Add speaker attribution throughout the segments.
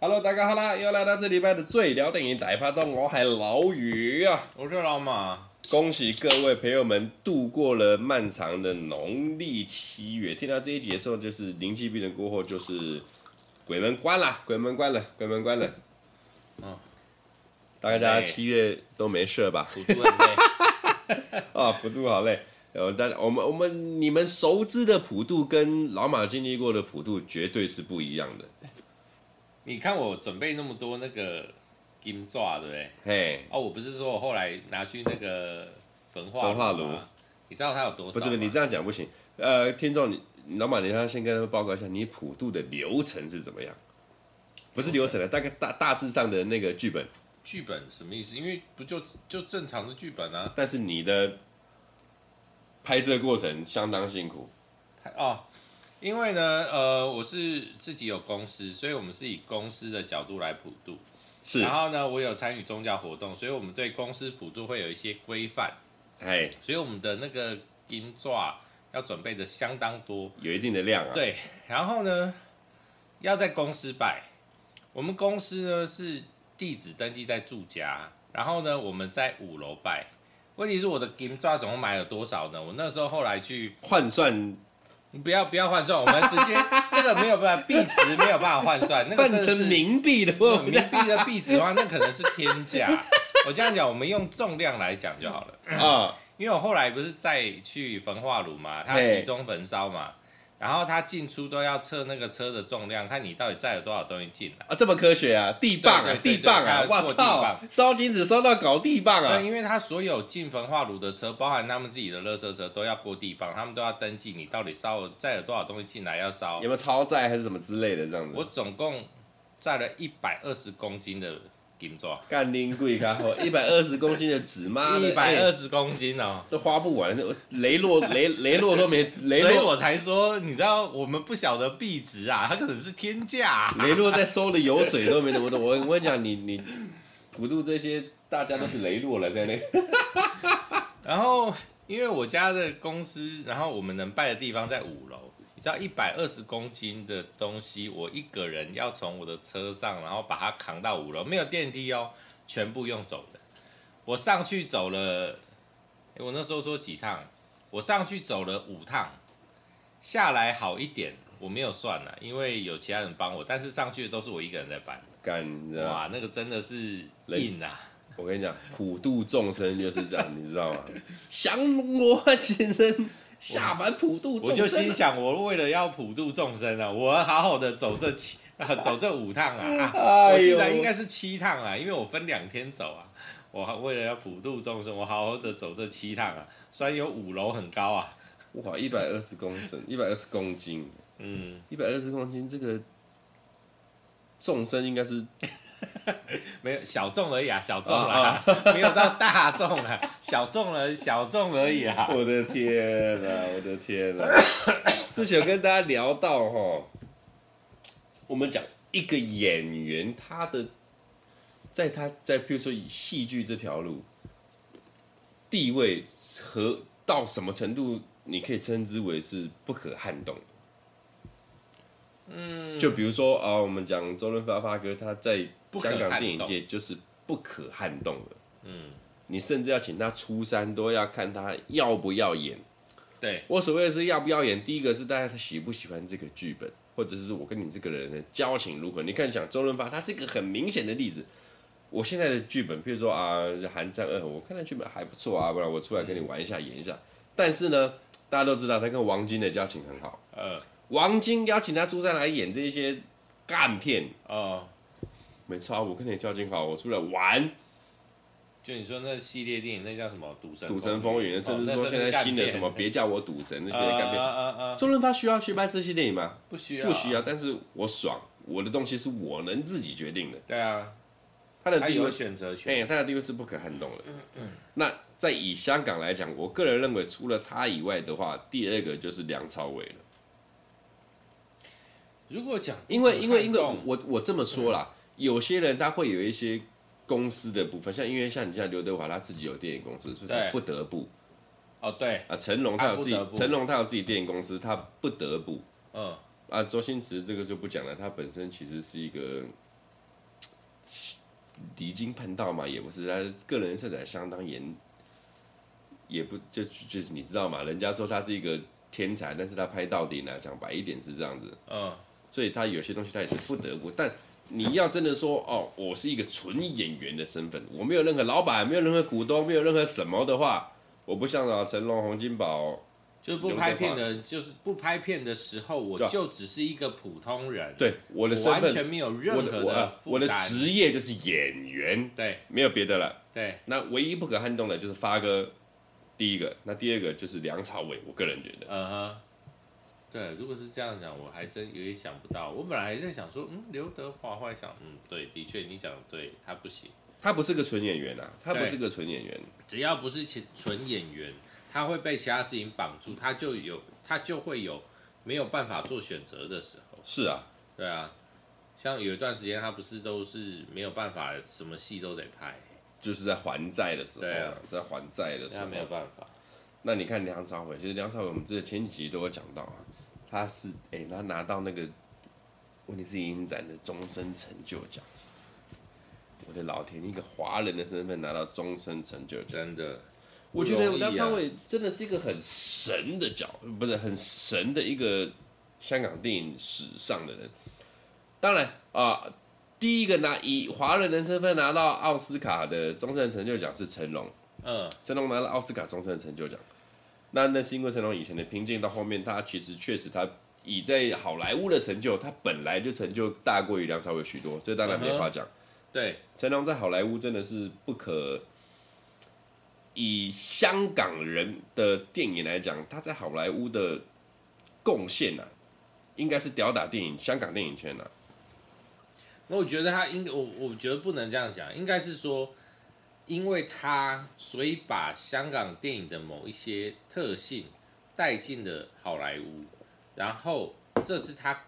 Speaker 1: Hello，大家好啦，又来到这礼拜的最聊电影打一趴动，我还老雨啊！
Speaker 2: 我是老马，
Speaker 1: 恭喜各位朋友们度过了漫长的农历七月。听到这一集的时候，就是临近病人过后，就是鬼门关啦，鬼门关了，鬼门关了。
Speaker 2: 嗯
Speaker 1: 大家
Speaker 2: 累
Speaker 1: 七月都没事吧？
Speaker 2: 土著很累，
Speaker 1: 啊，普渡好累。呃，但我们我们你们熟知的普渡跟老马经历过的普渡绝对是不一样的。
Speaker 2: 你看我准备那么多那个金爪，对不对？
Speaker 1: 嘿，
Speaker 2: 哦，我不是说我后来拿去那个焚化
Speaker 1: 焚化炉
Speaker 2: 吗你知道它有多少吗？
Speaker 1: 不是不是，你这样讲不行。呃，听众，你你老马，你要先跟他们报告一下，你普渡的流程是怎么样？不是流程的，啊大概大大致上的那个剧本，
Speaker 2: 剧本什么意思？因为不就就正常的剧本啊？
Speaker 1: 但是你的拍摄过程相当辛苦。
Speaker 2: 哦，因为呢，呃，我是自己有公司，所以我们是以公司的角度来普渡。
Speaker 1: 是
Speaker 2: 然，后呢，我有参与宗教活动，所以我们对公司普渡会有一些规范，
Speaker 1: 哎，
Speaker 2: 所以我们的那个金爪要准备的相当多。
Speaker 1: 有一定的量啊。，
Speaker 2: 对，然后呢，要在公司拜。我们公司呢是地址登记在住家，然后呢我们在五楼拜。问题是我的金抓总共买了多少呢？我那时候后来去，
Speaker 1: 换算
Speaker 2: 你不要不要换算，我们直接那个没有办法币值没有办法换算，那个
Speaker 1: 换
Speaker 2: 真的
Speaker 1: 成
Speaker 2: 是
Speaker 1: 冥币的
Speaker 2: 那
Speaker 1: 话，
Speaker 2: 种冥币的币值的话，那可能是天价。我这样讲，我们用重量来讲就好了。
Speaker 1: 啊，
Speaker 2: 因为我后来不是再去焚化炉嘛，它
Speaker 1: 嘿
Speaker 2: 集中焚烧嘛，然后它进出都要测那个车的重量，看你到底载了多少东西进来。
Speaker 1: 啊，这么科学啊！地磅
Speaker 2: 对
Speaker 1: 啊，
Speaker 2: 对对
Speaker 1: 地磅
Speaker 2: 还
Speaker 1: 啊！
Speaker 2: 有
Speaker 1: 哇
Speaker 2: 做地
Speaker 1: 操
Speaker 2: 磅，
Speaker 1: 烧金子烧到搞地磅
Speaker 2: 对，
Speaker 1: 啊！
Speaker 2: 因为它所有进焚化炉的车，包含他们自己的垃圾车，都要过地方，他们都要登记你到底烧了载了多少东西进来要烧
Speaker 1: 有。没有超载还是什么之类的这样
Speaker 2: 我
Speaker 1: 子？
Speaker 2: 总共载了一百二十公斤的金砖，
Speaker 1: 干拎贵咖伙，一百二十公斤的纸，妈的，
Speaker 2: 一百
Speaker 1: 哎
Speaker 2: 二十公斤哦。
Speaker 1: 这花不完，这雷洛 雷雷洛都没雷
Speaker 2: 所以
Speaker 1: 洛
Speaker 2: 我才说，你知道我们不晓得币值啊，它可能是天价啊、
Speaker 1: 雷洛在收的油水都没那么 多。我我跟你讲，你你普渡这些大家都是雷洛了，在那 个
Speaker 2: 然后因为我家的公司，然后我们能拜的地方在五楼，你知道一百二十公斤的东西，我一个人要从我的车上，然后把它扛到五楼，没有电梯哦，全部用走的。我上去走了，诶我那时候说几趟，我上去走了五趟，下来好一点，我没有算了，因为有其他人帮我，但是上去的都是我一个人在搬。
Speaker 1: 干，你知道吗？
Speaker 2: 哇，那个真的是
Speaker 1: 人
Speaker 2: 硬啊！
Speaker 1: 我跟你讲，普渡众生就是这样，你知 道吗？降罗先生下凡普渡
Speaker 2: 我
Speaker 1: 众
Speaker 2: 就
Speaker 1: 生啊
Speaker 2: 心。想，我为了要普度众生啊，我好好的走这七 啊，走这五趟啊，啊
Speaker 1: 哎呦
Speaker 2: 我记得应该是七趟啊，因为我分两天走啊。我为了要普度众生，我好好的走这七趟啊，虽然有五楼很高啊，
Speaker 1: 哇，一百二十公升，一百二十公斤，
Speaker 2: 嗯，
Speaker 1: 一百二十公斤，这个众生应该是
Speaker 2: 没有小众而已啊，小众啦， 没有到大众啊，小众了，小众而已 啊。
Speaker 1: 我的天呐，我的天呐！之前有跟大家聊到哈，我们讲一个演员他的，在他在比如说以戏剧这条路地位和到什么程度，你可以称之为是不可撼动的。
Speaker 2: 嗯，
Speaker 1: 就比如说啊、我们讲周润发发哥，他在
Speaker 2: 不可
Speaker 1: 香港
Speaker 2: 撼
Speaker 1: 电影
Speaker 2: 动
Speaker 1: 界就是不可撼动的。
Speaker 2: 嗯，
Speaker 1: 你甚至要请他出山，都要看他要不要演。
Speaker 2: 对，
Speaker 1: 我所谓的是要不要演，第一个是大家他喜不喜欢这个剧本，或者是我跟你这个人的交情如何。你看，讲周润发，他是一个很明显的例子。我现在的剧本，譬如说啊，《寒战二》，我看他剧本还不错啊，不然我出来跟你玩一下、演一下。但是呢，大家都知道他跟王晶的交情很好，
Speaker 2: 呃，
Speaker 1: 王晶邀请他出山来演这些干片，
Speaker 2: 哦，
Speaker 1: 没错啊，我跟你交情好，我出来玩。
Speaker 2: 就你说那系列电影，那叫什么《赌神哦
Speaker 1: 赌神风云，甚至说现在新的什么，别叫我赌神那些
Speaker 2: 那真的是
Speaker 1: 干
Speaker 2: 干片啊
Speaker 1: 片。
Speaker 2: 啊啊啊，
Speaker 1: 周润发需要去拍这些电影吗？
Speaker 2: 不需要，啊
Speaker 1: 不需要，但是我爽，我的东西是我能自己决定的。
Speaker 2: 对啊，
Speaker 1: 他的
Speaker 2: 他
Speaker 1: 地
Speaker 2: 有
Speaker 1: 位，
Speaker 2: 选择权。啊
Speaker 1: 哎，他的地位是不可撼动
Speaker 2: 嗯
Speaker 1: 的。那在以香港来讲，我个人认为，除了他以外的话，第二个就是梁朝伟了。
Speaker 2: 如果讲
Speaker 1: 因为因为因为
Speaker 2: 动嗯
Speaker 1: 我我这么说啦，有些人他会有一些公司的部分，像因为像你像刘德华他自己有电影公司，所以他
Speaker 2: 对
Speaker 1: 不得不
Speaker 2: 哦对，
Speaker 1: 啊，成龙他有自己
Speaker 2: 他不得不
Speaker 1: 成龙他有自己电影公司，他不得不
Speaker 2: 嗯，
Speaker 1: 啊，周星驰这个就不讲了，他本身其实是一个嘖离经叛道嘛，也不是，他个人色彩相当严，也不就就是你知道嘛，人家说他是一个天才，但是他拍到顶了、讲白一点是这样子，
Speaker 2: 嗯，
Speaker 1: 所以他有些东西他也是不得不。但你要真的说哦，我是一个纯演员的身份，我没有任何老板，没有任何股东，没有任何什么的话，我不像啊成龙、洪金宝，
Speaker 2: 就是不拍片的，就是不拍片的时候，
Speaker 1: 对
Speaker 2: 我
Speaker 1: 啊
Speaker 2: 就只是一个普通人，，
Speaker 1: 对我的
Speaker 2: 我
Speaker 1: 身
Speaker 2: 完
Speaker 1: 份，
Speaker 2: 全没有任
Speaker 1: 我
Speaker 2: 何
Speaker 1: 的我啊
Speaker 2: 负
Speaker 1: 我的
Speaker 2: 担，
Speaker 1: 职业就是演员，
Speaker 2: 对
Speaker 1: 没有别的了。
Speaker 2: 对，
Speaker 1: 那唯一不可撼动的就是发哥，第一个，那第二个就是梁朝伟，我个人觉得。
Speaker 2: 嗯哼，对，如果是这样讲，我还真有点想不到。我本来还在想说，嗯，刘德华，后来想，嗯，对，的确你讲得对，他不行。
Speaker 1: 他不是个纯演员啊，他不
Speaker 2: 对
Speaker 1: 是个纯演员，
Speaker 2: 只要不是其纯演员，他会被其他事情绑住，他就有他就会有没有办法做选择的时候。
Speaker 1: 是啊，
Speaker 2: 对啊，像有一段时间他不是都是没有办法，什么戏都得拍，
Speaker 1: 就是在还债的时候、
Speaker 2: 对啊
Speaker 1: 在还债的时
Speaker 2: 他
Speaker 1: 候，
Speaker 2: 没有办法。
Speaker 1: 那你看梁朝伟，其实梁朝伟我们之前前几集都有讲到啊，他是哎、他拿到那个威尼斯影展的终身成就奖，我的老天，一个华人的身份拿到终身成就奖，
Speaker 2: 真的，
Speaker 1: 我觉得
Speaker 2: 不容易啊
Speaker 1: 梁朝伟真的是一个很神的角，不是很神的一个香港电影史上的人。当然啊、第一个拿以华人的身份拿到奥斯卡的终身成就奖是成龙。
Speaker 2: 嗯，
Speaker 1: 成龙拿了奥斯卡终身成就奖。那那是因为成龙以前的拼劲，到后面他其实确实他以在好莱坞的成就，他本来就成就大过于梁朝伟许多，这当然没话讲。
Speaker 2: 对，
Speaker 1: 成龙在好莱坞真的是不可。以香港人的电影来讲，他在好莱坞的贡献啊，应该是吊打电影香港电影圈啊。
Speaker 2: 那我觉得他应我我觉得不能这样讲，应该是说，因为他所以把香港电影的某一些特性带进了好莱坞，然后这是他，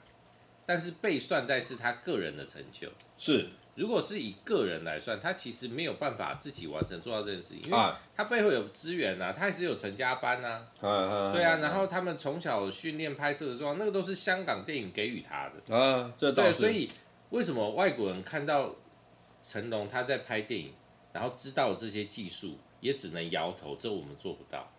Speaker 2: 但是被算在是他个人的成就。
Speaker 1: 是
Speaker 2: 如果是以个人来算，他其实没有办法自己完成做到这件事情，因为
Speaker 1: 啊，
Speaker 2: 他背后有资源啊，他也是有成家班啊，对
Speaker 1: 对
Speaker 2: 啊，然后他们从小训练拍摄的状况，那个都是香港电影给予他的。
Speaker 1: 啊，这倒
Speaker 2: 对，
Speaker 1: 是
Speaker 2: 所以为什么外国人看到成龙他在拍电影，然后知道这些技术，也只能摇头，这我们做不到。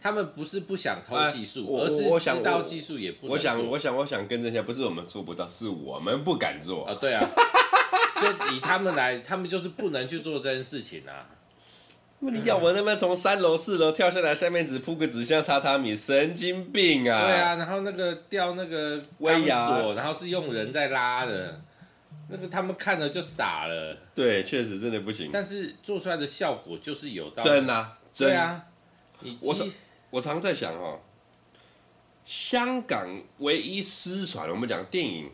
Speaker 2: 他们不是不想偷技
Speaker 1: 哎
Speaker 2: 术，
Speaker 1: 我
Speaker 2: 而是
Speaker 1: 我我想
Speaker 2: 知道技术也不能
Speaker 1: 我想，
Speaker 2: 做
Speaker 1: 我想，我想更正一下，不是我们做不到，是我们不敢做。
Speaker 2: 啊，对啊，就以他们来，他们就是不能去做这件事情啊。
Speaker 1: 因为你要我那边从三楼、四楼跳下来，下面只铺个纸箱榻榻米，神经病啊！
Speaker 2: 对，啊，然后那个吊那个
Speaker 1: 威
Speaker 2: 钢
Speaker 1: 亚
Speaker 2: 索，然后是用人在拉的，那个他们看了就傻了，
Speaker 1: 对，确实真的不行，
Speaker 2: 但是做出来的效果就是有到
Speaker 1: 真啊，真
Speaker 2: 对！啊，你
Speaker 1: 我
Speaker 2: 技
Speaker 1: 是我常在想哦，香港唯一失传，我们讲电影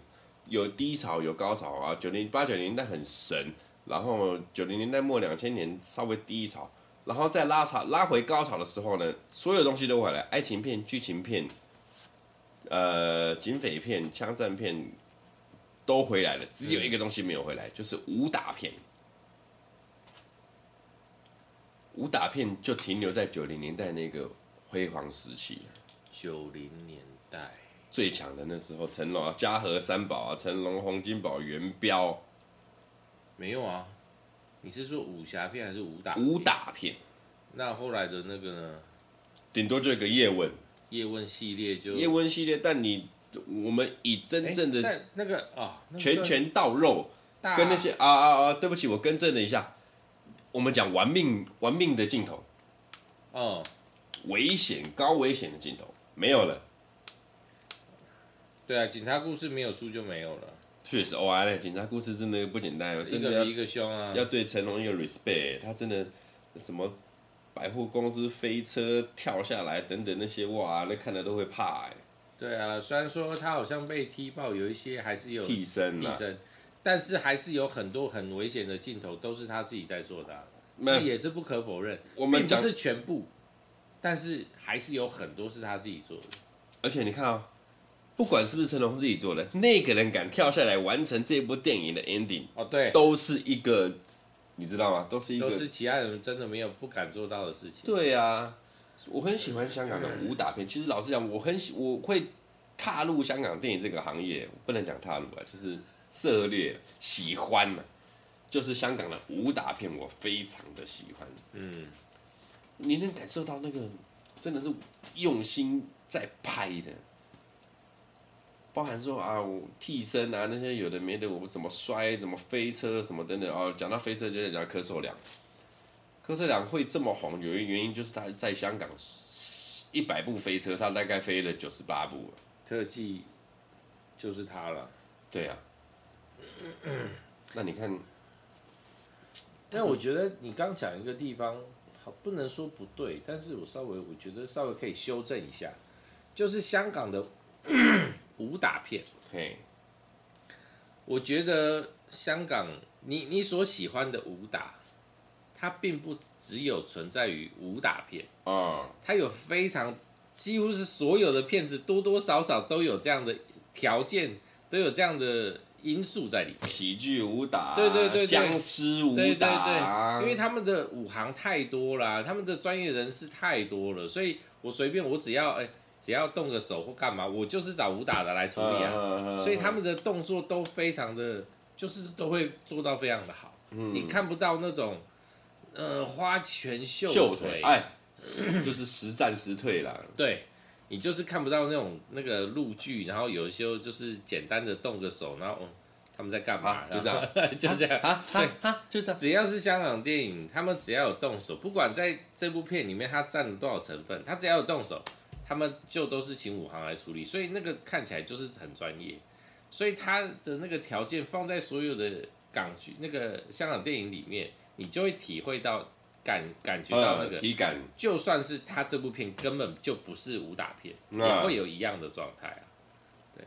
Speaker 1: 有低潮有高潮啊，九零八九零年代很神，然后九零年代末两千年稍微低潮，然后再拉潮拉回高潮的时候呢，所有东西都回来，爱情片、剧情片，呃，警匪片、枪战片都回来了，只有一个东西没有回来，就是武打片。武打片就停留在九零年代那个辉煌时期，
Speaker 2: 九零年代，
Speaker 1: 最强的那时候，成龙啊、嘉禾三宝啊、成龙、洪金宝、元彪，
Speaker 2: 没有啊？你是说武侠片还是武打？
Speaker 1: 武。打片，
Speaker 2: 那后来的那个呢？
Speaker 1: 顶多就有个叶问，
Speaker 2: 叶问系列就
Speaker 1: 叶问系列。但你我们以真
Speaker 2: 嗯哎
Speaker 1: 正的
Speaker 2: 但那个啊，那个
Speaker 1: 拳
Speaker 2: 算
Speaker 1: 拳到肉，
Speaker 2: 大
Speaker 1: 跟那些啊啊啊，对不起，我更正了一下，我们讲玩命玩命的镜头，
Speaker 2: 哦，
Speaker 1: 危险高危险的镜头没有了，
Speaker 2: 对啊，警察故事没有出就没有了，
Speaker 1: 确实哇，那警察故事真的不简单哦，
Speaker 2: 一
Speaker 1: 真的
Speaker 2: 个
Speaker 1: 要
Speaker 2: 比一个凶啊。
Speaker 1: 要对成龙一个 respect，他真的什么百货公司飞车跳下来等等那些哇，那看的都会怕哎、
Speaker 2: 对啊，虽然说他好像被踢爆，有一些还是有
Speaker 1: 替身
Speaker 2: 替
Speaker 1: 啦，
Speaker 2: 身，但是还是有很多很危险的镜头都是他自己在做的啊、那
Speaker 1: 那
Speaker 2: 也是不可否认。
Speaker 1: 我们
Speaker 2: 并
Speaker 1: 讲
Speaker 2: 不，是全部，但是还是有很多是他自己做的。
Speaker 1: 而且你看啊、不管是不是成龙自己做的，那个人敢跳下来完成这部电影的 ending，
Speaker 2: 哦，对，
Speaker 1: 都是一个，你知道吗？都是一
Speaker 2: 都
Speaker 1: 个，
Speaker 2: 是其他人真的没有不敢做到的事情。
Speaker 1: 对啊，我很喜欢香港的武打片。其实老实讲，我很喜，我会踏入香港电影这个行业，不能讲踏入啊，就是涉猎喜欢啊，就是香港的武打片，我非常的喜欢。
Speaker 2: 嗯，
Speaker 1: 你能感受到那个真的是用心在拍的，包含说啊，我替身啊那些有的没的，我怎么摔、怎么飞车什么等等哦。讲到飞车，就得讲柯受良。柯受良会这么红，有一个原因就是他在香港一百部飞车，他大概飞了九十八部了。
Speaker 2: 特技就是他了。
Speaker 1: 对啊，那你看，
Speaker 2: 但我觉得你刚讲一个地方，好不能说不对，但是我稍微我觉得稍微可以修正一下，就是香港的 武打片，
Speaker 1: 嘿，
Speaker 2: 我觉得香港你你所喜欢的武打，它并不只有存在于武打片，
Speaker 1: 啊、
Speaker 2: 它有非常几乎是所有的片子多多少少都有这样的条件，都有这样的因素在里面。
Speaker 1: 喜剧武打，
Speaker 2: 对对对对
Speaker 1: 僵尸武
Speaker 2: 对对
Speaker 1: 打，
Speaker 2: 对，因为他们的武行太多啦，他们的专业人士太多了，所以我随便我只要哎、只要动个手或干嘛，我就是找武打的来处理啊。
Speaker 1: 啊
Speaker 2: 所以他们的动作都非常的，就是都会做到非常的好。
Speaker 1: 嗯
Speaker 2: 你看不到那种，呃，花拳绣
Speaker 1: 秀
Speaker 2: 腿，
Speaker 1: 腿，哎，就是实战实退 啦。
Speaker 2: 对你就是看不到那种那个陆剧，然后有一些就是简单的动个手，然后、哦、他们在干嘛、
Speaker 1: 啊就这样
Speaker 2: 样， 就这样。
Speaker 1: 啊啊啊！就这样。
Speaker 2: 只要是香港电影，他们只要有动手，不管在这部片里面它占了多少成分，他只要有动手，他们就都是请武行来处理，所以那个看起来就是很专业。所以他的那个条件放在所有的港剧、那个香港电影里面，你就会体会到、感感觉到那
Speaker 1: 呃
Speaker 2: 个，
Speaker 1: 体感，
Speaker 2: 就算是他这部片根本就不是武打片，
Speaker 1: 那
Speaker 2: 也会有一样的状态啊。对，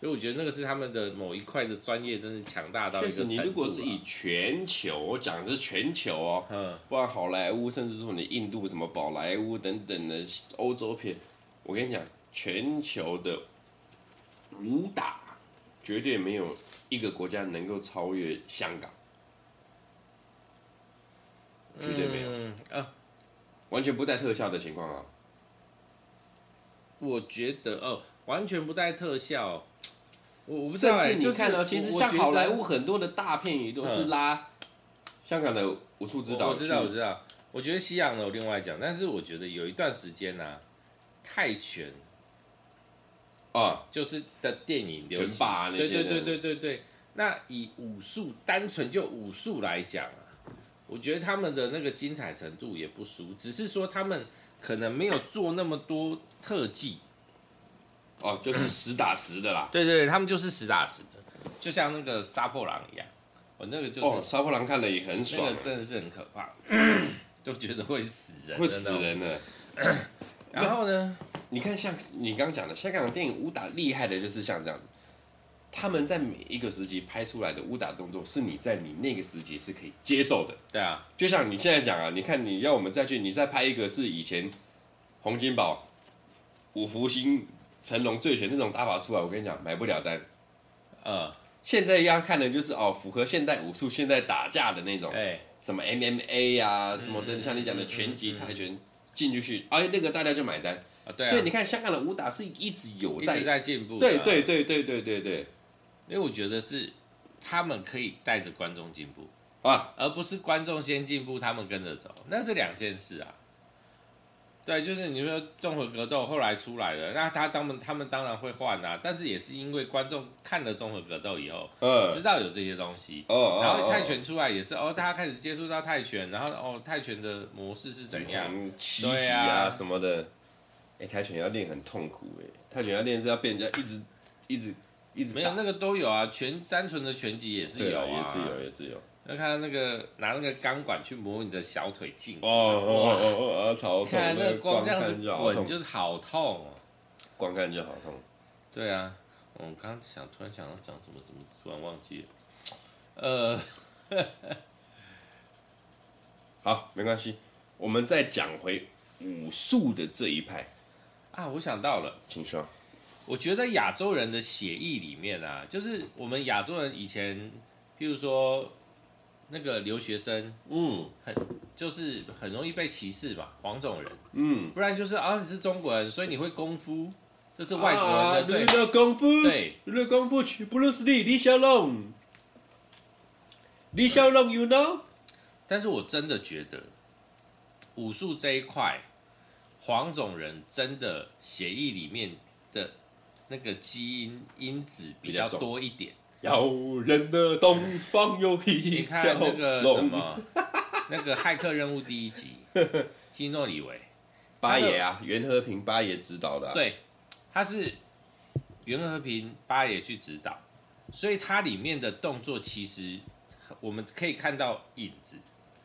Speaker 2: 所以我觉得那个是他们的某一块的专业，真是强大到
Speaker 1: 确
Speaker 2: 一个
Speaker 1: 实，
Speaker 2: 程度、
Speaker 1: 你
Speaker 2: 啊。
Speaker 1: 如果是以全球，我讲的是全球哦，
Speaker 2: 嗯。
Speaker 1: 不然好莱坞，甚至说你印度什么宝莱坞等等的欧洲片，我跟你讲，全球的武打绝对没有一个国家能够超越香港，绝对没有，
Speaker 2: 嗯啊，
Speaker 1: 完全不带特效的情况啊。
Speaker 2: 我觉得哦，完全不带特效，我我不知道
Speaker 1: 甚
Speaker 2: 哎、
Speaker 1: 至
Speaker 2: 就
Speaker 1: 你
Speaker 2: 是
Speaker 1: 看到，啊其实
Speaker 2: 我
Speaker 1: 像好莱，
Speaker 2: 我
Speaker 1: 坞很多的大片也都是拉香港的武术
Speaker 2: 觉
Speaker 1: 指
Speaker 2: 得我
Speaker 1: 导
Speaker 2: 我知道我
Speaker 1: 去
Speaker 2: 知道，我觉得西洋的我另外讲，但是我觉得有一段时间呢、泰拳
Speaker 1: 啊，
Speaker 2: 就是的电影流
Speaker 1: 拳
Speaker 2: 行
Speaker 1: 霸，啊那
Speaker 2: 对
Speaker 1: 些
Speaker 2: 对
Speaker 1: 的
Speaker 2: 对对对对。那以武术单纯就武术来讲啊，我觉得他们的那个精彩程度也不输，只是说他们可能没有做那么多特技，
Speaker 1: 哦，就是实打实的 啦。
Speaker 2: 对对，他们就是实打实的，就像那个杀破狼一样，我那个就是
Speaker 1: 哦，杀破狼看了也很爽
Speaker 2: 那
Speaker 1: 啊
Speaker 2: 个，真的是很可 怕，就觉得会死人，啊
Speaker 1: 会死
Speaker 2: 真的。哦
Speaker 1: 人的。
Speaker 2: 然后呢，
Speaker 1: 你看，像你刚讲的，香港的电影武打厉害的就是像这样子，他们在每一个时期拍出来的武打动作，是你在你那个时期是可以接受的。
Speaker 2: 对啊，
Speaker 1: 就像你现在讲啊，你看你要我们再啊去，你再拍一个是以前洪金宝、五福星、成龙、醉拳那种打法出来，我跟你讲买不了单。
Speaker 2: 呃，
Speaker 1: 现在要看的就是哦，符合现代武术、现代打架的那种，
Speaker 2: 哎，
Speaker 1: 什么 MMA 呀、啊什么
Speaker 2: 嗯
Speaker 1: 的，像你讲的拳击、泰拳进去去，哎，那个大家就买单。
Speaker 2: 啊，对啊，
Speaker 1: 所以你看，香港的武打是一直有
Speaker 2: 一
Speaker 1: 在，啊
Speaker 2: 直在进步。啊
Speaker 1: 对，对对对对对对
Speaker 2: 因为我觉得是他们可以带着观众进步，
Speaker 1: 啊，
Speaker 2: 而不是观众先进步，他们跟着走，那是两件事啊。对，就是你说综合格斗后来出来了，那他他们他们当然会换啊，但是也是因为观众看了综合格斗以后，知
Speaker 1: 嗯，
Speaker 2: 道有这些东西，
Speaker 1: 哦哦，
Speaker 2: 然后
Speaker 1: 哦
Speaker 2: 泰拳出来也是哦，大家开始接触到泰拳，然后哦，泰拳的模式是怎样？
Speaker 1: 从奇
Speaker 2: 对
Speaker 1: 迹
Speaker 2: 啊
Speaker 1: 啊什么的。哎、泰拳要练很痛苦哎、泰拳要练是要被人家一直一直一直
Speaker 2: 没有
Speaker 1: 打
Speaker 2: 那个都有啊，拳单纯的拳击也是
Speaker 1: 对
Speaker 2: 有
Speaker 1: 啊
Speaker 2: 啊，
Speaker 1: 也是有。也是有。
Speaker 2: 那看到那个拿那个钢管去磨你的小腿筋，
Speaker 1: 哦哦哦哦，啊超痛！
Speaker 2: 看来那个光
Speaker 1: 光
Speaker 2: 这样
Speaker 1: 看
Speaker 2: 子
Speaker 1: 就好
Speaker 2: 滚
Speaker 1: 痛，
Speaker 2: 就是好痛哦。
Speaker 1: 光看就好痛。
Speaker 2: 对啊，我刚刚想突然想到讲什么，怎么突然忘记了？呃，
Speaker 1: 好，没关系，我们再讲回武术的这一派，
Speaker 2: 啊，我想到了，
Speaker 1: 请说。
Speaker 2: 我觉得亚洲人的血液里面啊，就是我们亚洲人以前，譬如说那个留学生，
Speaker 1: 嗯
Speaker 2: 就是很容易被歧视嘛，黄种人，
Speaker 1: 嗯，
Speaker 2: 不然就是啊你是中国人，所以你会功夫，这是外国人的、啊对
Speaker 1: 娱乐啊功夫，
Speaker 2: 对，
Speaker 1: 娱乐功夫曲布鲁斯利李小龙，李小龙，you know，
Speaker 2: 但是我真的觉得武术这一块，黄种人真的血液里面的那个基因因子比较
Speaker 1: 比较重
Speaker 2: 多一点。
Speaker 1: 咬人的东方有一
Speaker 2: 你看
Speaker 1: 条
Speaker 2: 那个什
Speaker 1: 龙，
Speaker 2: 么， 那个《骇客任务》第一集，基诺里维，
Speaker 1: 八爷啊，袁和平八爷指导的、 啊，
Speaker 2: 对，他是袁和平八爷去指导，所以它里面的动作其实我们可以看到影子，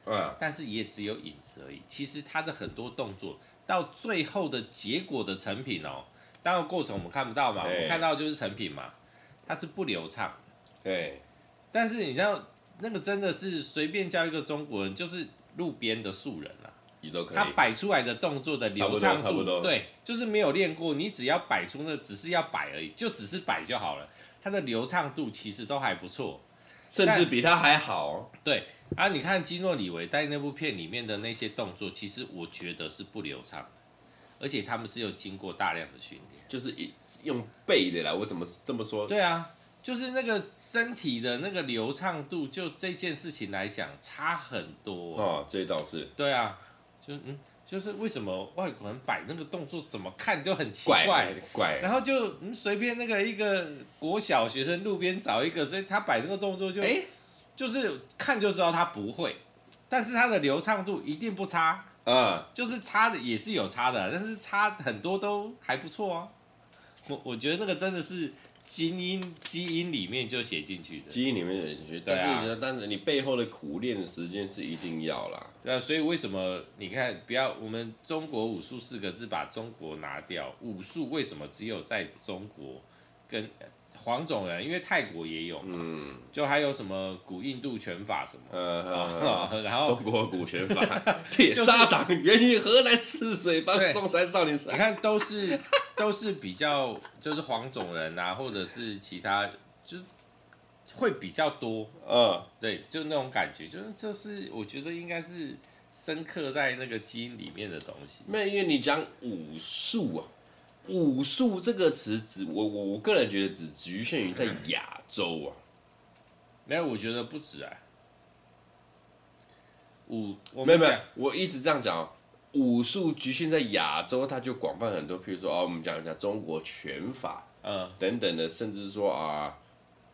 Speaker 1: 嗯，
Speaker 2: 但是也只有影子而已。其实他的很多动作到最后的结果的成品哦，当然过程我们看不到嘛，我
Speaker 1: 对
Speaker 2: 们看到就是成品嘛，它是不流畅。
Speaker 1: 对，
Speaker 2: 但是你知道，那个真的是随便叫一个中国人，就是路边的素人啊，
Speaker 1: 你都可以，
Speaker 2: 他摆出来的动作的流畅
Speaker 1: 差不多差不
Speaker 2: 度，
Speaker 1: 多
Speaker 2: 对，就是没有练过，你只要摆出那，只是要摆而已，就只是摆就好了。他的流畅度其实都还不错，
Speaker 1: 甚至比他还好，
Speaker 2: 对。啊，你看基诺里维在那部片里面的那些动作，其实我觉得是不流畅的，而且他们是有经过大量的训练。
Speaker 1: 就是一用背的啦，我怎么这么说？
Speaker 2: 对啊，就是那个身体的那个流畅度，就这件事情来讲差很多、啊
Speaker 1: 哦，这倒是
Speaker 2: 对啊，就嗯，就是为什么外国人摆那个动作，怎么看就很奇怪。
Speaker 1: 怪怪，
Speaker 2: 然后就嗯随便那个一个国小学生路边找一个，所以他摆那个动作就、
Speaker 1: 哎，
Speaker 2: 就是看就知道他不会，但是他的流畅度一定不差，
Speaker 1: 啊，
Speaker 2: 就是差的也是有差的，啊但是差很多都还不错啊。我我觉得那个真的是基因基因里面就写进去的，
Speaker 1: 基因里面有人学，
Speaker 2: 对啊
Speaker 1: 但是你但是你背后的苦练的时间是一定要啦，
Speaker 2: 对啊，所以为什么你看，不要我们中国武术四个字把中国拿掉，武术为什么只有在中国跟呃黄种人？因为泰国也有嘛，
Speaker 1: 嗯，
Speaker 2: 就还有什么古印度拳法什
Speaker 1: 啊
Speaker 2: 么，
Speaker 1: 呃。
Speaker 2: 然后
Speaker 1: 中国股权 法，铁砂掌源于河南泗水帮
Speaker 2: 对哎
Speaker 1: 嵩山少林
Speaker 2: 你
Speaker 1: 寺。
Speaker 2: 看都是都是比较就是黄种人啊，或者是其他就是会比较多，
Speaker 1: 嗯，
Speaker 2: 对，就那种感觉，就是这是我觉得应该是深刻在那个基因里面的东西。
Speaker 1: 那因为你讲武术啊，武术这个词只我我我个人觉得只局限于在亚洲啊。
Speaker 2: 没有，我觉得不止啊。武，我
Speaker 1: 没有
Speaker 2: 们
Speaker 1: 没有
Speaker 2: 讲，
Speaker 1: 我一直这样讲、哦，武术局限在亚洲，它就广泛很多。譬如说，哦，我们讲一下中国拳法
Speaker 2: 嗯，
Speaker 1: 等等的，甚至说啊，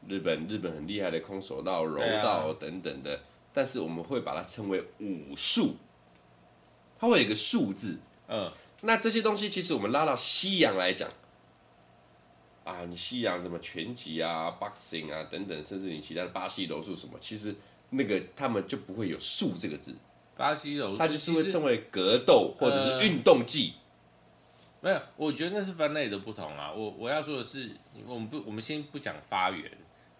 Speaker 1: 日本日本很厉害的空手道、柔
Speaker 2: 对啊
Speaker 1: 道等等的，但是我们会把它称为武术，它会有一个数字。
Speaker 2: 嗯，
Speaker 1: 那这些东西其实我们拉到西洋来讲，啊，你西洋什么拳击啊、boxing 啊等等，甚至你其他的巴西柔术什么，其实那个他们就不会有“术”这个字，
Speaker 2: 巴西柔术，
Speaker 1: 它就是
Speaker 2: 其
Speaker 1: 会
Speaker 2: 实
Speaker 1: 称为格斗或者是运动技。
Speaker 2: 没有，我觉得那是分类的不同啊。我我要说的是，我们不，我们先不讲发源，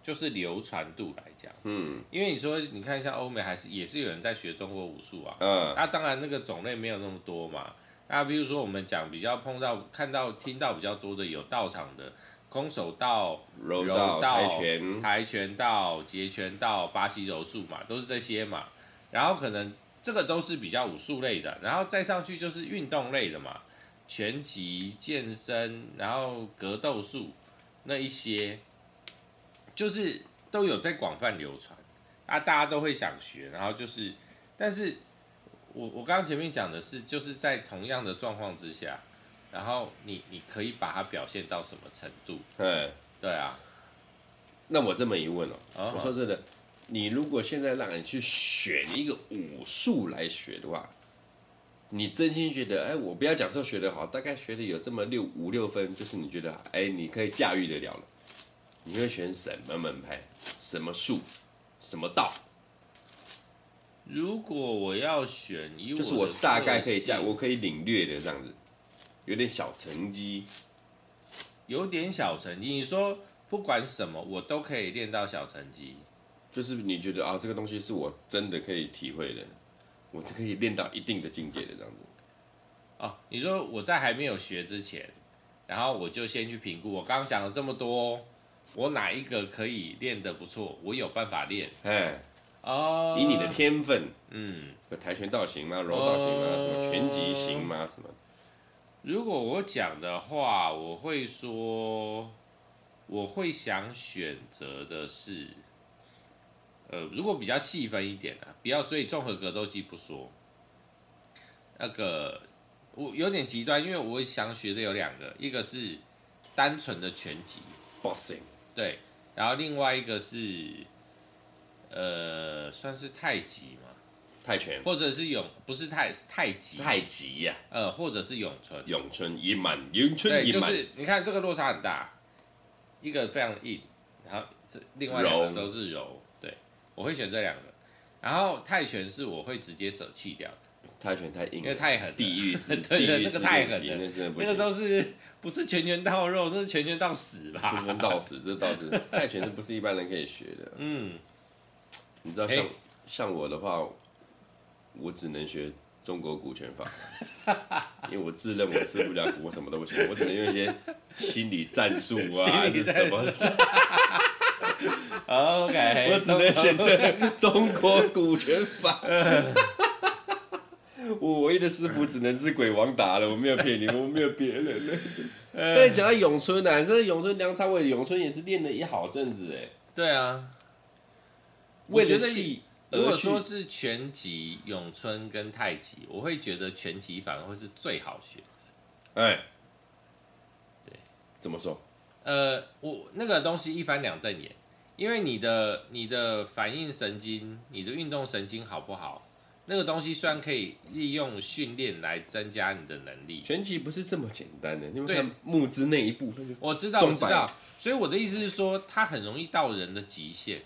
Speaker 2: 就是流传度来讲，
Speaker 1: 嗯
Speaker 2: 因为你说，你看像欧美还是也是有人在学中国武术啊，
Speaker 1: 嗯，
Speaker 2: 那当然那个种类没有那么多嘛。那比如说我们讲比较碰到、看到、听到比较多的有道场的空手道、
Speaker 1: 柔
Speaker 2: 道、
Speaker 1: 道、跆拳，
Speaker 2: 跆拳道、截拳道、巴西柔术嘛，都是这些嘛。然后可能这个都是比较武术类的，然后再上去就是运动类的嘛，拳击、健身，然后格斗术那一些，就是都有在广泛流传啊，大家都会想学。然后就是，但是我我刚刚前面讲的是，就是在同样的状况之下，然后你你可以把它表现到什么程度？
Speaker 1: 嗯，
Speaker 2: 对啊，
Speaker 1: 那我这么一问哦，
Speaker 2: 啊
Speaker 1: 我说真的，你如果现在让你去选一个武术来学的话，你真心觉得，哎，我不要讲说学得好，大概学的有这么六五六分，就是你觉得，哎，你可以驾驭得了了，你会选什么门派、什么术、什么道？
Speaker 2: 如果我要选，以
Speaker 1: 就是
Speaker 2: 我
Speaker 1: 我
Speaker 2: 的
Speaker 1: 大概可以
Speaker 2: 个
Speaker 1: 驾，
Speaker 2: 性
Speaker 1: 我可以领略的这样子，有点小成绩，
Speaker 2: 有点小成绩。你说不管什么，我都可以练到小成绩。
Speaker 1: 就是你觉得啊，这个东西是我真的可以体会的，我可以练到一定的境界的这样子。
Speaker 2: 哦，你说我在还没有学之前，然后我就先去评估。我刚刚讲了这么多，我哪一个可以练得不错？我有办法练
Speaker 1: 哎，
Speaker 2: 哦。
Speaker 1: 以你的天分，
Speaker 2: 嗯，
Speaker 1: 有跆拳道行吗？柔道行吗？
Speaker 2: 哦
Speaker 1: 什么拳击行吗？什么？
Speaker 2: 如果我讲的话，我会说，我会想选择的是，呃，如果比较细分一点啊，不要所以综合格斗技不说，那个我有点极端，因为我想学的有两个，一个是单纯的拳击，
Speaker 1: boxing
Speaker 2: 对，然后另外一个是，呃，算是太极嘛，
Speaker 1: 泰拳、
Speaker 2: 或者是咏，不是太是太极，
Speaker 1: 太极呀、
Speaker 2: 呃，或者是咏春。
Speaker 1: 咏春一满，咏春
Speaker 2: 对，
Speaker 1: 一
Speaker 2: 就
Speaker 1: 满，
Speaker 2: 是你看这个落差很大，一个非常硬，然后这另外两个
Speaker 1: 柔
Speaker 2: 都是柔。对，我会选这两个。然后泰拳是我会直接舍弃掉的，
Speaker 1: 泰拳太硬
Speaker 2: 因
Speaker 1: 了
Speaker 2: 为，太狠了，
Speaker 1: 地狱式，
Speaker 2: 对
Speaker 1: 地
Speaker 2: 对，
Speaker 1: 狱
Speaker 2: 那
Speaker 1: 式
Speaker 2: 个太
Speaker 1: 练
Speaker 2: 狠
Speaker 1: 习，那真
Speaker 2: 了，
Speaker 1: 的不
Speaker 2: 那个
Speaker 1: 行。
Speaker 2: 都是不是拳拳到肉，这是拳拳到
Speaker 1: 真
Speaker 2: 死吧？
Speaker 1: 拳到死，这倒是泰拳，这不是一般人可以学的。
Speaker 2: 嗯，
Speaker 1: 你知道像
Speaker 2: 哎
Speaker 1: 像我的话，我只能学中国股权 法，因为我自认我吃不了苦，我什么都不行，我只能用一些心理战术啊，还是
Speaker 2: 心理
Speaker 1: 什么，
Speaker 2: 哦 OK，
Speaker 1: 我只能选择中国股权法。 我唯一的师傅只能是鬼王打了，我没有骗你，我没有别人了。但讲到咏春啊，这咏春梁朝伟的咏春也是练了一好阵子哎、
Speaker 2: 对啊。
Speaker 1: 为
Speaker 2: 我
Speaker 1: 了
Speaker 2: 觉得
Speaker 1: 戏而
Speaker 2: 如果
Speaker 1: 去
Speaker 2: 说是拳击、咏春跟太极，我会觉得拳击反而会是最好学的。
Speaker 1: 哎，对，怎么说？
Speaker 2: 呃，我那个东西一翻两瞪眼，因为你的你的反应神经、你的运动神经好不好，那个东西虽然可以利用训练来增加你的能力，
Speaker 1: 拳击不是这么简单的，你们
Speaker 2: 对
Speaker 1: 看木之那一步，那个
Speaker 2: 我知道，
Speaker 1: 中
Speaker 2: 我知
Speaker 1: 摆
Speaker 2: 道，所以我的意思是说，它很容易到人的极限，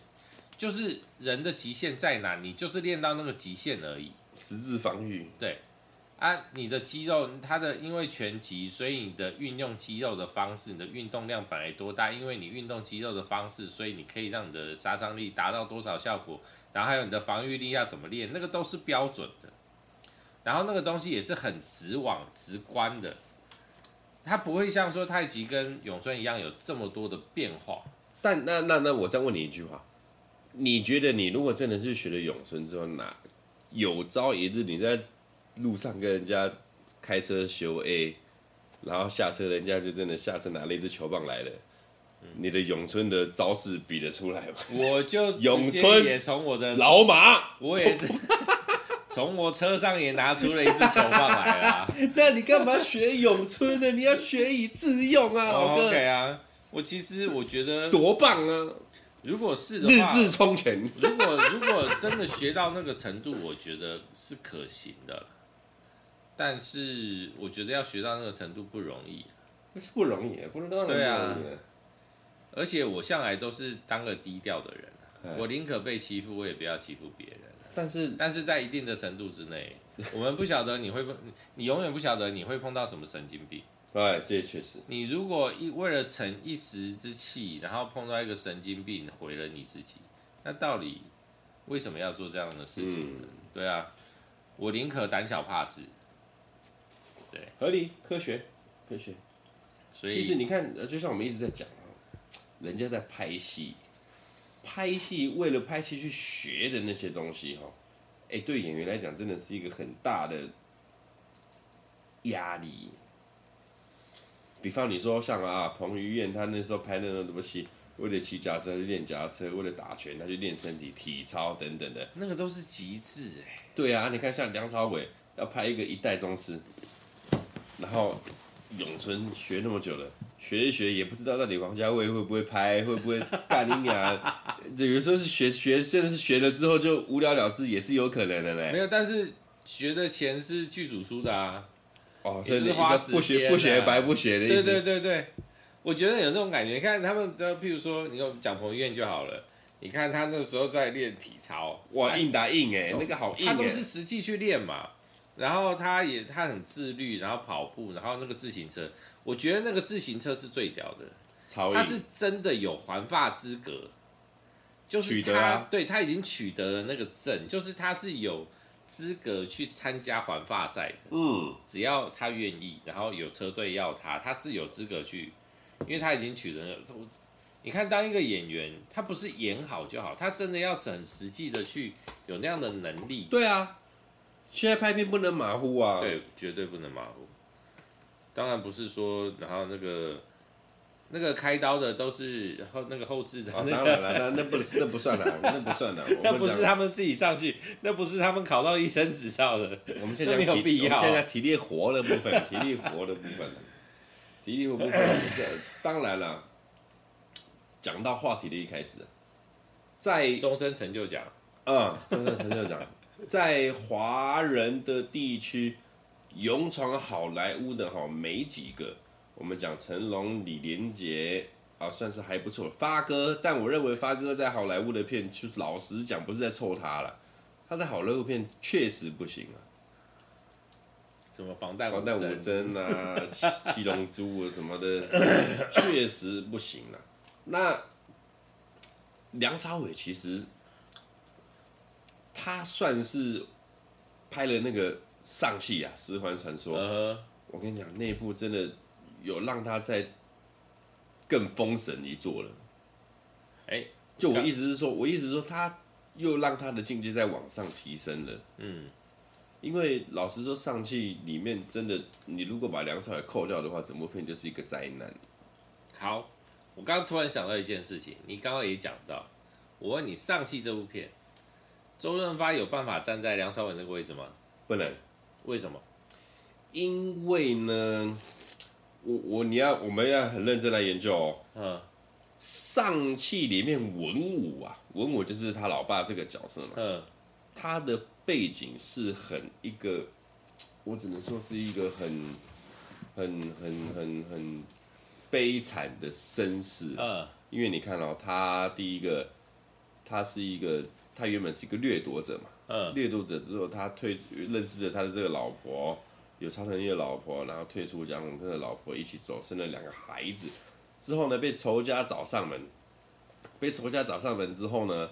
Speaker 2: 就是人的极限在哪，你就是练到那个极限而已
Speaker 1: 十字防御，
Speaker 2: 啊。你的肌肉，它的因为拳击，所以你的运用肌肉的方式，你的运动量本来多大，因为你运动肌肉的方式，所以你可以让你的杀伤力达到多少效果，然后还有你的防御力要怎么练，那个都是标准的。然后那个东西也是很直往直观的，它不会像说太极跟咏春一样有这么多的变化。
Speaker 1: 但那那那，我再问你一句话，你觉得你如果真的是学了咏春之后，哪有朝一日你在路上跟人家开车修 A，然后下车人家就真的下车拿了一支球棒来了，你的咏春的招式比得出来吗？
Speaker 2: 我就直接
Speaker 1: 咏春
Speaker 2: 也从我的，
Speaker 1: 老马，
Speaker 2: 我也是从我车上也拿出了一支球棒来啊啦。
Speaker 1: 那你干嘛学咏春呢？你要学以致用啊，老哥
Speaker 2: OK 啊，我其实我觉得，
Speaker 1: 多棒啊！
Speaker 2: 如果是的
Speaker 1: 日
Speaker 2: 话，
Speaker 1: 字冲拳。
Speaker 2: 如果如果真的学到那个程度， 我觉得是可行的啦，但是我觉得要学到那个程度不容易。
Speaker 1: 不容易，不容易。
Speaker 2: 对啊而且我向来都是当个低调的人
Speaker 1: 哎
Speaker 2: 啊，我宁可被欺负，我也不要欺负别人。
Speaker 1: 但是
Speaker 2: 但是在一定的程度之内，我们不晓得你会不，你永远不晓得你会碰到什么神经病。
Speaker 1: 哎，这也确实，
Speaker 2: 你如果一为了逞一时之气，然后碰到一个神经病毁了你自己，那到底为什么要做这样的事情呢？对啊，我宁可胆小怕事。
Speaker 1: 合理、科学、科学。
Speaker 2: 所
Speaker 1: 其实
Speaker 2: 以，
Speaker 1: 你看，呃就像我们一直在讲啊，人家在拍戏，拍戏为了拍戏去学的那些东西哈，哎，对演员来讲真的是一个很大的压力。比方你说像啊，彭于晏他那时候拍那种什么戏，为了骑脚踏车去练脚踏车，为了打拳他去练身体、体操等等的。
Speaker 2: 那个都是极致哎、
Speaker 1: 对啊，你看像梁朝伟要拍一个一代宗师，然后咏春学那么久了，学一学也不知道到底王家卫会不会拍，会不会干你娘？这有时候是学学，真的是学了之后就无聊了之，也是有可能的嘞
Speaker 2: 没。有，但是学的钱是剧组出的啊。
Speaker 1: 哦，所以
Speaker 2: 也
Speaker 1: 你
Speaker 2: 是花时
Speaker 1: 不学
Speaker 2: 间
Speaker 1: 不学
Speaker 2: 啊
Speaker 1: 白不学的意思。
Speaker 2: 对对对对，我觉得有那种感觉。你看他们，只要譬如说，你跟我们讲彭于晏就好了。你看他那时候在练体操，
Speaker 1: 哇，硬打硬哎、
Speaker 2: 哦
Speaker 1: 那个好硬
Speaker 2: 他都
Speaker 1: 哎、
Speaker 2: 是实际去练嘛。然后他也他很自律，然后跑步，然后那个自行车，我觉得那个自行车是最屌的，
Speaker 1: 超
Speaker 2: 他
Speaker 1: 硬。
Speaker 2: 是真的有环法资格，就是
Speaker 1: 取得
Speaker 2: 他
Speaker 1: 啊
Speaker 2: 对他已经取得了那个证，就是他是有资格去参加环法赛的。
Speaker 1: 嗯，
Speaker 2: 只要他愿意，然后有车队要他，他是有资格去，因为他已经取得了。我你看，当一个演员，他不是演好就好，他真的要是很实际的去有那样的能力，
Speaker 1: 对啊，现在拍片不能马虎啊。，
Speaker 2: 对，绝对不能马虎。当然不是说，然后那个那个开刀的都是后那个后置的，
Speaker 1: 哦，
Speaker 2: 那
Speaker 1: 当然了，那那不那不算了，那不算了。我们
Speaker 2: 那不是
Speaker 1: 讲
Speaker 2: 他们自己上去，那不是他们考到医生执照的。
Speaker 1: 我们现在讲体
Speaker 2: 那没有必要
Speaker 1: 我们现在讲体力活的部分，体力活的部分，体力活部分，这当然了。讲到话题的一开始，在
Speaker 2: 终身成就奖，
Speaker 1: 嗯，真的陈校长，在华人的地区，勇闯好莱坞的哈没几个。我们讲成龙、李连杰啊，算是还不错。发哥，但我认为发哥在好莱坞的片，就是老实讲，不是在臭他了，他在好莱坞片确实不行啊。
Speaker 2: 什么防弹
Speaker 1: 防弹
Speaker 2: 无
Speaker 1: 五
Speaker 2: 针，
Speaker 1: 针啊、七七龙珠啊什么的，确实不行了。那梁朝伟其实他算是拍了那个上戏啊，《十环传说》
Speaker 2: 呃，
Speaker 1: 我跟你讲，那一部真的有让他在更封神一座了。
Speaker 2: 哎
Speaker 1: 就我意思是说，我意思是说，他又让他的境界在往上提升了。
Speaker 2: 嗯，
Speaker 1: 因为老实说，上汽里面真的，你如果把梁朝伟扣掉的话，整部片就是一个灾难。
Speaker 2: 好，我刚刚突然想到一件事情，你刚刚也讲到，我问你，上汽这部片，周润发有办法站在梁朝伟那个位置吗？
Speaker 1: 不能，
Speaker 2: 为什么？
Speaker 1: 因为呢，我我你要我们要很认真来研究哦。
Speaker 2: 嗯
Speaker 1: 上汽里面文武啊，文武就是他老爸这个角色嘛，
Speaker 2: 嗯，
Speaker 1: 他的背景是很一个，我只能说是一个很很很很很悲惨的身世。
Speaker 2: 嗯
Speaker 1: 因为你看哦，他第一个，他是一个，他原本是一个掠夺者嘛，
Speaker 2: 嗯
Speaker 1: 掠夺者之后，他退认识了他的这个老婆，有超能力的老婆，然后退出江龙跟的老婆一起走，生了两个孩子，之后呢，被仇家找上门，被仇家找上门之后呢，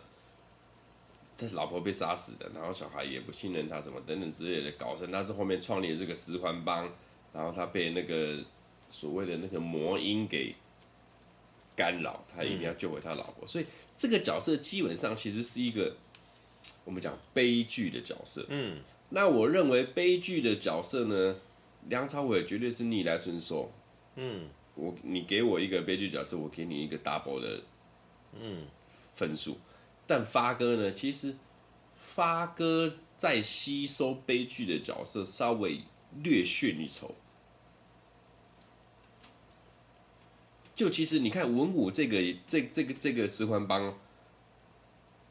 Speaker 1: 这老婆被杀死的，然后小孩也不信任他，什么等等之类的，搞成他是后面创立了这个十环帮，然后他被那个所谓的那个魔音给干扰，他一定要救回他老婆，所以这个角色基本上其实是一个我们讲悲剧的角色。
Speaker 2: 嗯，
Speaker 1: 那我认为悲剧的角色呢，梁朝伟绝对是逆来顺受。
Speaker 2: 嗯，
Speaker 1: 我你给我一个悲剧角色，我给你一个 double 的，嗯，分数。但发哥呢，其实发哥在吸收悲剧的角色稍微略逊一筹。就其实你看文武这个这这个这个十环帮，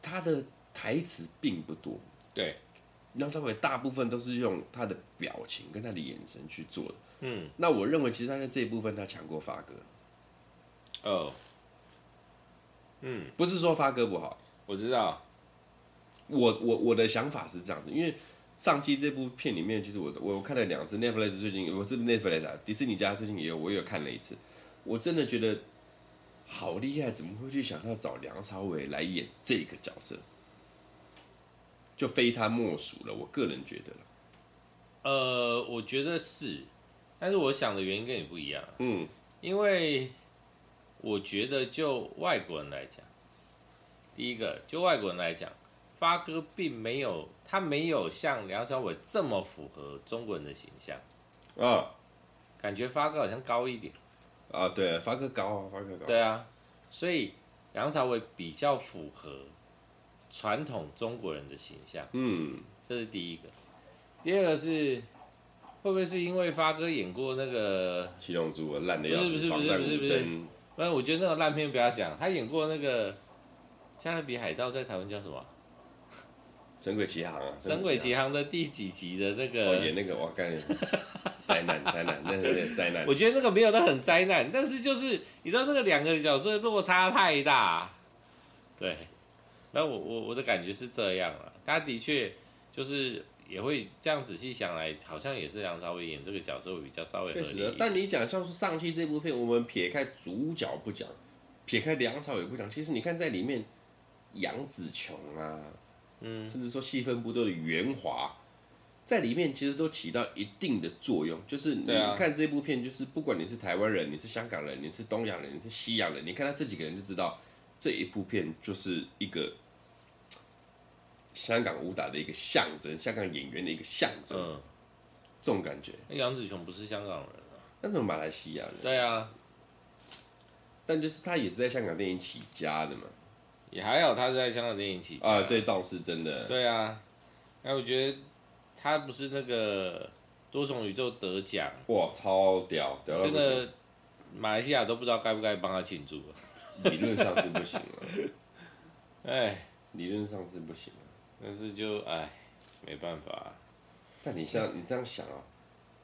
Speaker 1: 他的台词并不多，
Speaker 2: 对，
Speaker 1: 梁朝伟大部分都是用他的表情跟他的眼神去做的。
Speaker 2: 嗯，
Speaker 1: 那我认为其实他在这一部分他强过发哥，
Speaker 2: 哦，嗯，
Speaker 1: 不是说发哥不好，
Speaker 2: 我知道，
Speaker 1: 我我我的想法是这样子，因为上季这部片里面，其实我我看了两次，Netflix 最近我是 Netflix 啊，迪士尼家最近也有我也有看了一次，我真的觉得好厉害，怎么会去想到找梁朝伟来演这个角色，就非他莫属了，我个人觉得了，
Speaker 2: 呃，我觉得是，但是我想的原因跟你不一样啊，
Speaker 1: 嗯
Speaker 2: 因为我觉得就外国人来讲，第一个就外国人来讲，发哥并没有他没有像梁朝伟这么符合中国人的形象，
Speaker 1: 啊
Speaker 2: 感觉发哥好像高一点。
Speaker 1: 啊，对，发哥高啊，发哥高，
Speaker 2: 对啊，所以梁朝伟比较符合传统中国人的形象，
Speaker 1: 嗯。
Speaker 2: 这是第一个。第二个是会不会是因为发哥演过那个？
Speaker 1: 七龙珠啊，烂的要
Speaker 2: 不
Speaker 1: 死，
Speaker 2: 是不
Speaker 1: 防
Speaker 2: 是
Speaker 1: 弹
Speaker 2: 不是
Speaker 1: 五
Speaker 2: 不是
Speaker 1: 针
Speaker 2: 不然我觉得那个烂片不要讲，他演过那个《加勒比海盗》在台湾叫什么？
Speaker 1: 神鬼奇航啊，
Speaker 2: 《神鬼
Speaker 1: 航
Speaker 2: 奇航》的第几集的那
Speaker 1: 哦，
Speaker 2: 个
Speaker 1: 演？那个我干 灾难灾难，那是灾难
Speaker 2: 我。觉得那个没有那很灾难，但是就是你知道那个两个角色落差太大，对。那我我我的感觉是这样了，他的确就是也会这样仔细想来，好像也是梁朝伟演这个角色会比较稍微
Speaker 1: 确
Speaker 2: 合理一
Speaker 1: 实啊
Speaker 2: 点。，
Speaker 1: 但你讲像是上期这部片，我们撇开主角不讲，撇开梁朝伟不讲，其实你看在里面，杨紫琼啊，嗯，甚至说细分部队的圆滑，在里面其实都起到一定的作用。就是你
Speaker 2: 对啊
Speaker 1: 看这部片，就是不管你是台湾人，你是香港人，你是东洋人，你是西洋人，你看他这几个人就知道，这一部片就是一个嘖香港武打的一个象征，香港演员的一个象征，
Speaker 2: 嗯，
Speaker 1: 这种感觉。
Speaker 2: 那杨紫琼不是香港人啊？
Speaker 1: 那种马来西亚人，
Speaker 2: 对啊，
Speaker 1: 但就是他也是在香港电影起家的嘛。
Speaker 2: 也还好，她是在香港电影起家
Speaker 1: 啊，这倒是真的。
Speaker 2: 对啊，哎，我觉得她不是那个多重宇宙得奖，
Speaker 1: 哇，超屌，屌到
Speaker 2: 真
Speaker 1: 不行！
Speaker 2: 的马来西亚都不知道该不该帮她庆祝了。
Speaker 1: 理论上是不行了，
Speaker 2: 哎，
Speaker 1: 理论上是不行了。
Speaker 2: 但是就哎，没办法，
Speaker 1: 但你像你这样想哦，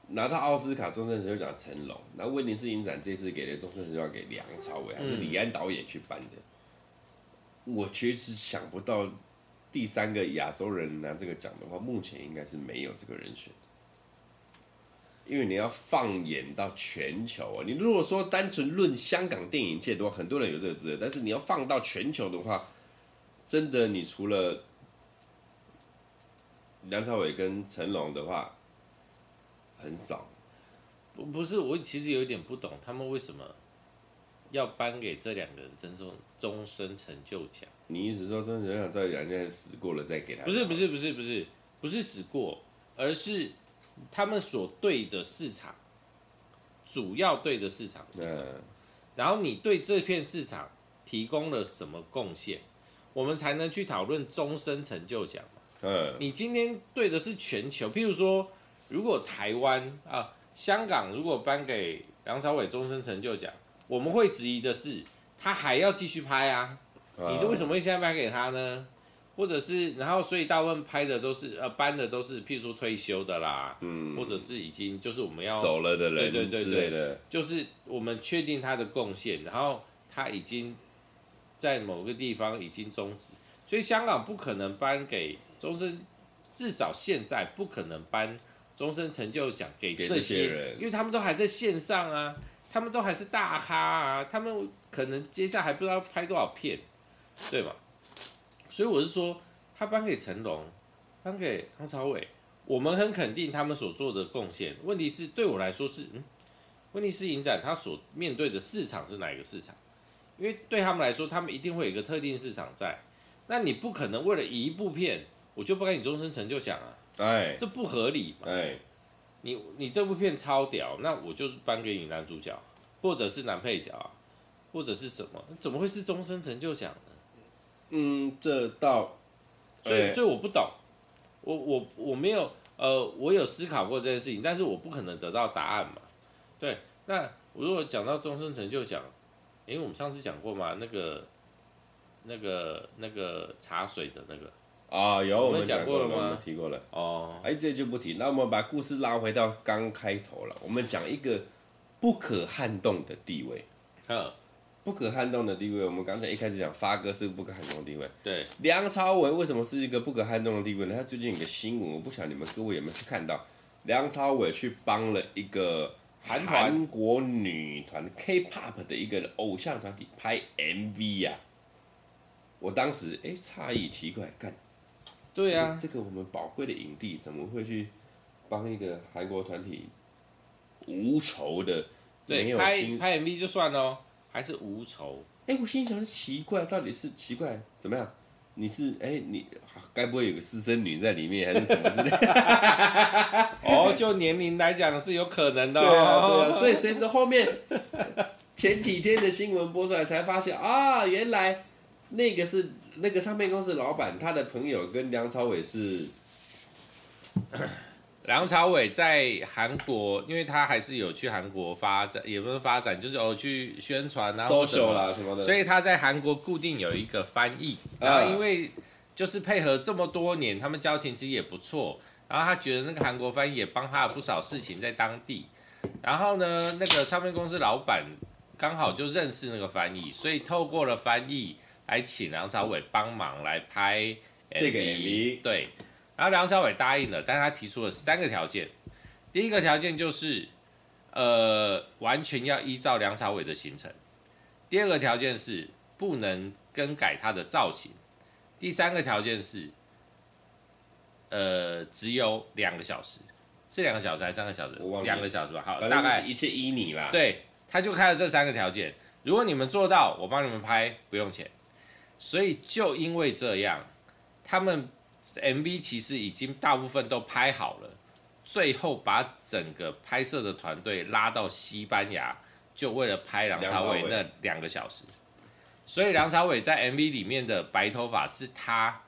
Speaker 1: 拿到奥斯卡终身成就奖成龙，那威尼斯影展这次给的终身成就奖给梁朝伟还是李安导演去颁的，我其实想不到第三个亚洲人拿这个奖的话，目前应该是没有这个人选。因为你要放眼到全球啊，你如果说单纯论香港电影界的话，很多人有这个资格，但是你要放到全球的话，真的你除了梁朝伟跟成龙的话，很少。
Speaker 2: 不不是我其实有点不懂他们为什么要颁给这两个人赠送终身成就奖。
Speaker 1: 你一直说真的想知道人家死过了再给他？
Speaker 2: 不是不，是不是不是不是死过，而是他们所对的市场，主要对的市场是什么？
Speaker 1: 嗯，
Speaker 2: 然后你对这片市场提供了什么贡献？我们才能去讨论终身成就奖嘛。
Speaker 1: 嗯，
Speaker 2: 你今天对的是全球，譬如说，如果台湾啊、香港如果颁给梁朝伟终身成就奖，我们会质疑的是，他还要继续拍啊。你是为什
Speaker 1: 么？
Speaker 2: 么会现在颁给他呢？或者是，然后所以大部分拍的都是呃颁的都是，譬如说退休的啦，
Speaker 1: 嗯，
Speaker 2: 或者是已经就是我们要
Speaker 1: 啊走了的
Speaker 2: 对
Speaker 1: 人
Speaker 2: 对对
Speaker 1: 之类的，
Speaker 2: 就是我们确定他的贡献，然后他已经在某个地方已经终止，所以香港不可能颁给终身，至少现在不可能颁终身成就奖给
Speaker 1: 给
Speaker 2: 这
Speaker 1: 这
Speaker 2: 些
Speaker 1: 些人
Speaker 2: 因为他们都还在线上啊，他们都还是大咖啊，他们可能接下来还不知道拍多少片，对吧？所以我是说，他颁给成龙，颁给梁朝伟，我们很肯定他们所做的贡献。问题是，对我来说是，嗯，问题是影展它所面对的市场是哪一个市场？因为对他们来说，他们一定会有一个特定市场在。那你不可能为了一部片，我就不给你终身成就奖啊，
Speaker 1: 哎
Speaker 2: 这不合理嘛？
Speaker 1: 哎，
Speaker 2: 你你这部片超屌，那我就颁给你男主角，或者是男配角啊，或者是什么？怎么会是终身成就奖呢？
Speaker 1: 嗯，这倒，
Speaker 2: 所以
Speaker 1: 哎
Speaker 2: 所以我不懂，我我我没有呃，我有思考过这件事情，但是我不可能得到答案嘛。对，那我如果讲到终身成就奖，因为我们上次讲过嘛，那个那个那个茶水的那个
Speaker 1: 啊，有
Speaker 2: 我
Speaker 1: 我
Speaker 2: 们
Speaker 1: 们
Speaker 2: 讲
Speaker 1: 讲
Speaker 2: 过
Speaker 1: 过
Speaker 2: 了
Speaker 1: 了，
Speaker 2: 吗
Speaker 1: 我们提过了。
Speaker 2: 哦，
Speaker 1: 哎，这就不提。那我们把故事拉回到刚开头了，我们讲一个不可撼动的地位，
Speaker 2: 嗯，
Speaker 1: 不可撼动的地位。我们刚才一开始讲发哥是不可撼动的地位，
Speaker 2: 对，
Speaker 1: 梁朝伟为什么是一个不可撼动的地位呢？他最近有个新闻，我不晓得你们各位有没有去看到，梁朝伟去帮了一个
Speaker 2: 韩团
Speaker 1: 韩国女团 K-pop 的一个偶像团体拍 MV 呀、我当时哎诧异奇怪，干
Speaker 2: 对啊，
Speaker 1: 这个这个我们宝贵的影帝怎么会去帮一个韩国团体无仇的？没
Speaker 2: 对，
Speaker 1: 有
Speaker 2: 拍
Speaker 1: 薪
Speaker 2: 拍 MV 就算喽，还是无仇，
Speaker 1: 哎、我心想奇怪，到底是奇怪怎么样？你是哎、你啊该不会有个私生女在里面还是什么之类 的？
Speaker 2: 哦，就年龄来讲是有可 能的、哦，
Speaker 1: 对啊，对啊。所以随着后面前几天的新闻播出来，才发现啊，原来那个是那个唱片公司老板他的朋友跟梁朝伟是
Speaker 2: 梁朝伟在韩国，因为他还是有去韩国发展，也不是发展，就是有去宣传啊，或什
Speaker 1: social
Speaker 2: 么，
Speaker 1: 啦什么的。
Speaker 2: 所以他在韩国固定有一个翻译。然
Speaker 1: 啊
Speaker 2: 后因为就是配合这么多年，他们交情其实也不错。然后他觉得那个韩国翻译也帮他了不少事情在当地。然后呢，那个唱片公司老板刚好就认识那个翻译，所以透过了翻译来请梁朝伟帮忙来拍
Speaker 1: 这个 MV
Speaker 2: 对，然后梁朝伟答应了，但他提出了三个条件。第一个条件就是，呃，完全要依照梁朝伟的行程。第二个条件是不能更改他的造型。第三个条件是呃只有两个小时，是两个小时还是三个小时
Speaker 1: 我忘？记了
Speaker 2: 两个小时吧，好，
Speaker 1: 反
Speaker 2: 大
Speaker 1: 正就
Speaker 2: 概
Speaker 1: 是一切依你啦。
Speaker 2: 对，他就开了这三个条件，如果你们做到，我帮你们拍，不用钱。所以就因为这样，他们 MV 其实已经大部分都拍好了，最后把整个拍摄的团队拉到西班牙，就为了拍梁朝伟
Speaker 1: 梁朝
Speaker 2: 那两个小时。所以梁朝伟在 MV 里面的白头发是他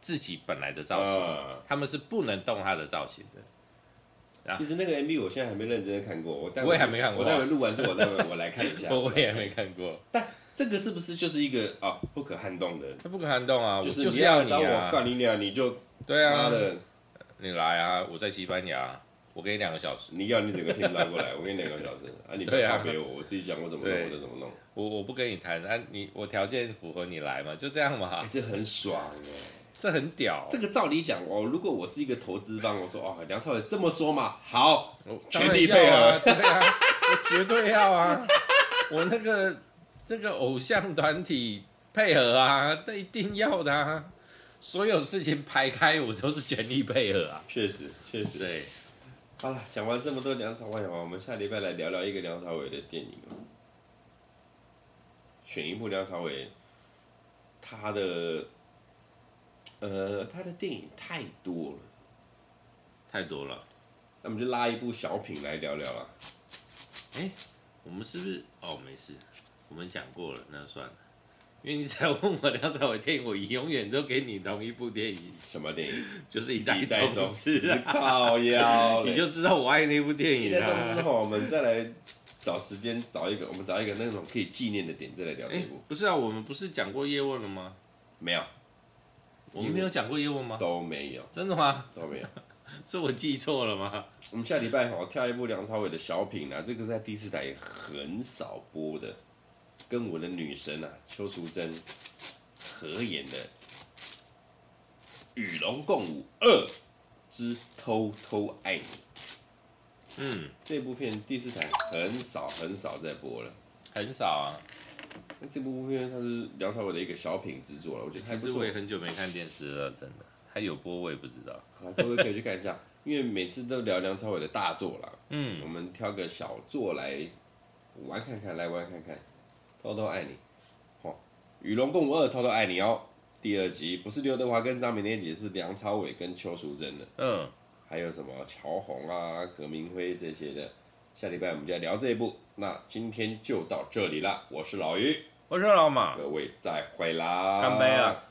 Speaker 2: 自己本来的造型，
Speaker 1: 啊
Speaker 2: 他们是不能动他的造型的。
Speaker 1: 其实那个 MV 我现在还没认真地看过，我待会
Speaker 2: 我也还没看过
Speaker 1: 我待会录完之后，我待会我来看一下。
Speaker 2: 我我也没看过。
Speaker 1: 这个是不是就是一个啊不可撼动的？
Speaker 2: 他不可撼动啊，我
Speaker 1: 是
Speaker 2: 就
Speaker 1: 你
Speaker 2: 是要你
Speaker 1: 找我
Speaker 2: 啊，
Speaker 1: 干你娘，你就
Speaker 2: 对
Speaker 1: 妈
Speaker 2: 啊，
Speaker 1: 的，
Speaker 2: 你来啊，我在西班牙，我给你两个小时，
Speaker 1: 你要你整个 team 拉过来，我给你两个小时啊，你不
Speaker 2: 对
Speaker 1: 要
Speaker 2: 啊
Speaker 1: 靠给我，我自己想我怎么弄
Speaker 2: 对
Speaker 1: 我就怎么弄，
Speaker 2: 我我不跟你谈，啊，你我条件符合你来嘛，就这样
Speaker 1: 哎
Speaker 2: 嘛，，
Speaker 1: 这很爽哎。
Speaker 2: 这很屌，
Speaker 1: 这个照理讲哦，如果我是一个投资方，我说哦，梁朝伟这么说嘛，好，
Speaker 2: 我
Speaker 1: 全力配合
Speaker 2: 当然要啊，对啊， 我绝对要啊，我那个这个偶像团体配合啊，这一定要的啊，所有事情排开，我都是全力配合啊，
Speaker 1: 确实确实。
Speaker 2: 对，
Speaker 1: 好了，讲完这么多梁朝伟哦，我们下礼拜来聊聊一个梁朝伟的电影哦。选一部梁朝伟，他的，呃，他的电影太多了，
Speaker 2: 太多了，
Speaker 1: 那我们就拉一部小品来聊聊啊。
Speaker 2: 我们是不是？哦，没事，我们讲过了，那算了。因为你只要问我梁朝伟电影，我永远都给你同一部电影，
Speaker 1: 什么 电影？
Speaker 2: 就是《一代
Speaker 1: 代
Speaker 2: 宗师》啊，
Speaker 1: 靠腰嘞，
Speaker 2: 你就知道我爱那部电
Speaker 1: 一
Speaker 2: 影
Speaker 1: 代
Speaker 2: 了、
Speaker 1: 宗师
Speaker 2: 啊。
Speaker 1: 后，我们再来找时间找一个，我们找一个那种可以纪念的点再来聊
Speaker 2: 哎、
Speaker 1: 这部。
Speaker 2: 不是啊，我们不是讲过叶问了吗？
Speaker 1: 没有，
Speaker 2: 我们没有讲过叶问吗？
Speaker 1: 都没有，
Speaker 2: 真的吗？
Speaker 1: 都没有。
Speaker 2: 是我记错了吗？
Speaker 1: 我们下礼拜好跳一部梁朝伟的小品啊，这个在第四台也很少播的，跟我的女神啊邱淑贞合演的《与龙共舞二之偷偷爱你》
Speaker 2: 嗯，
Speaker 1: 这部片，第四台很少很少在播了。
Speaker 2: 很少啊。
Speaker 1: 那这部片算是梁朝伟的一个小品之作了，我觉得还
Speaker 2: 其
Speaker 1: 不
Speaker 2: 实
Speaker 1: 错
Speaker 2: 我。也很久没看电视了，真的。还有播我也不知道。
Speaker 1: 好各位可以去看一下，因为每次都聊梁朝伟的大作啦，我
Speaker 2: 嗯，
Speaker 1: 们挑个小作来玩看看，来玩看看，偷偷爱你，哦，《与龙共舞二》偷偷爱你哦，第二集不是刘德华跟张敏那集，是梁朝伟跟邱淑贞的，
Speaker 2: 嗯，
Speaker 1: 还有什么乔红啊、葛明辉这些的，下礼拜我们就来聊这一部，那今天就到这里啦，我是老于，
Speaker 2: 我说老马，
Speaker 1: 各位再会啦，
Speaker 2: 干杯啊！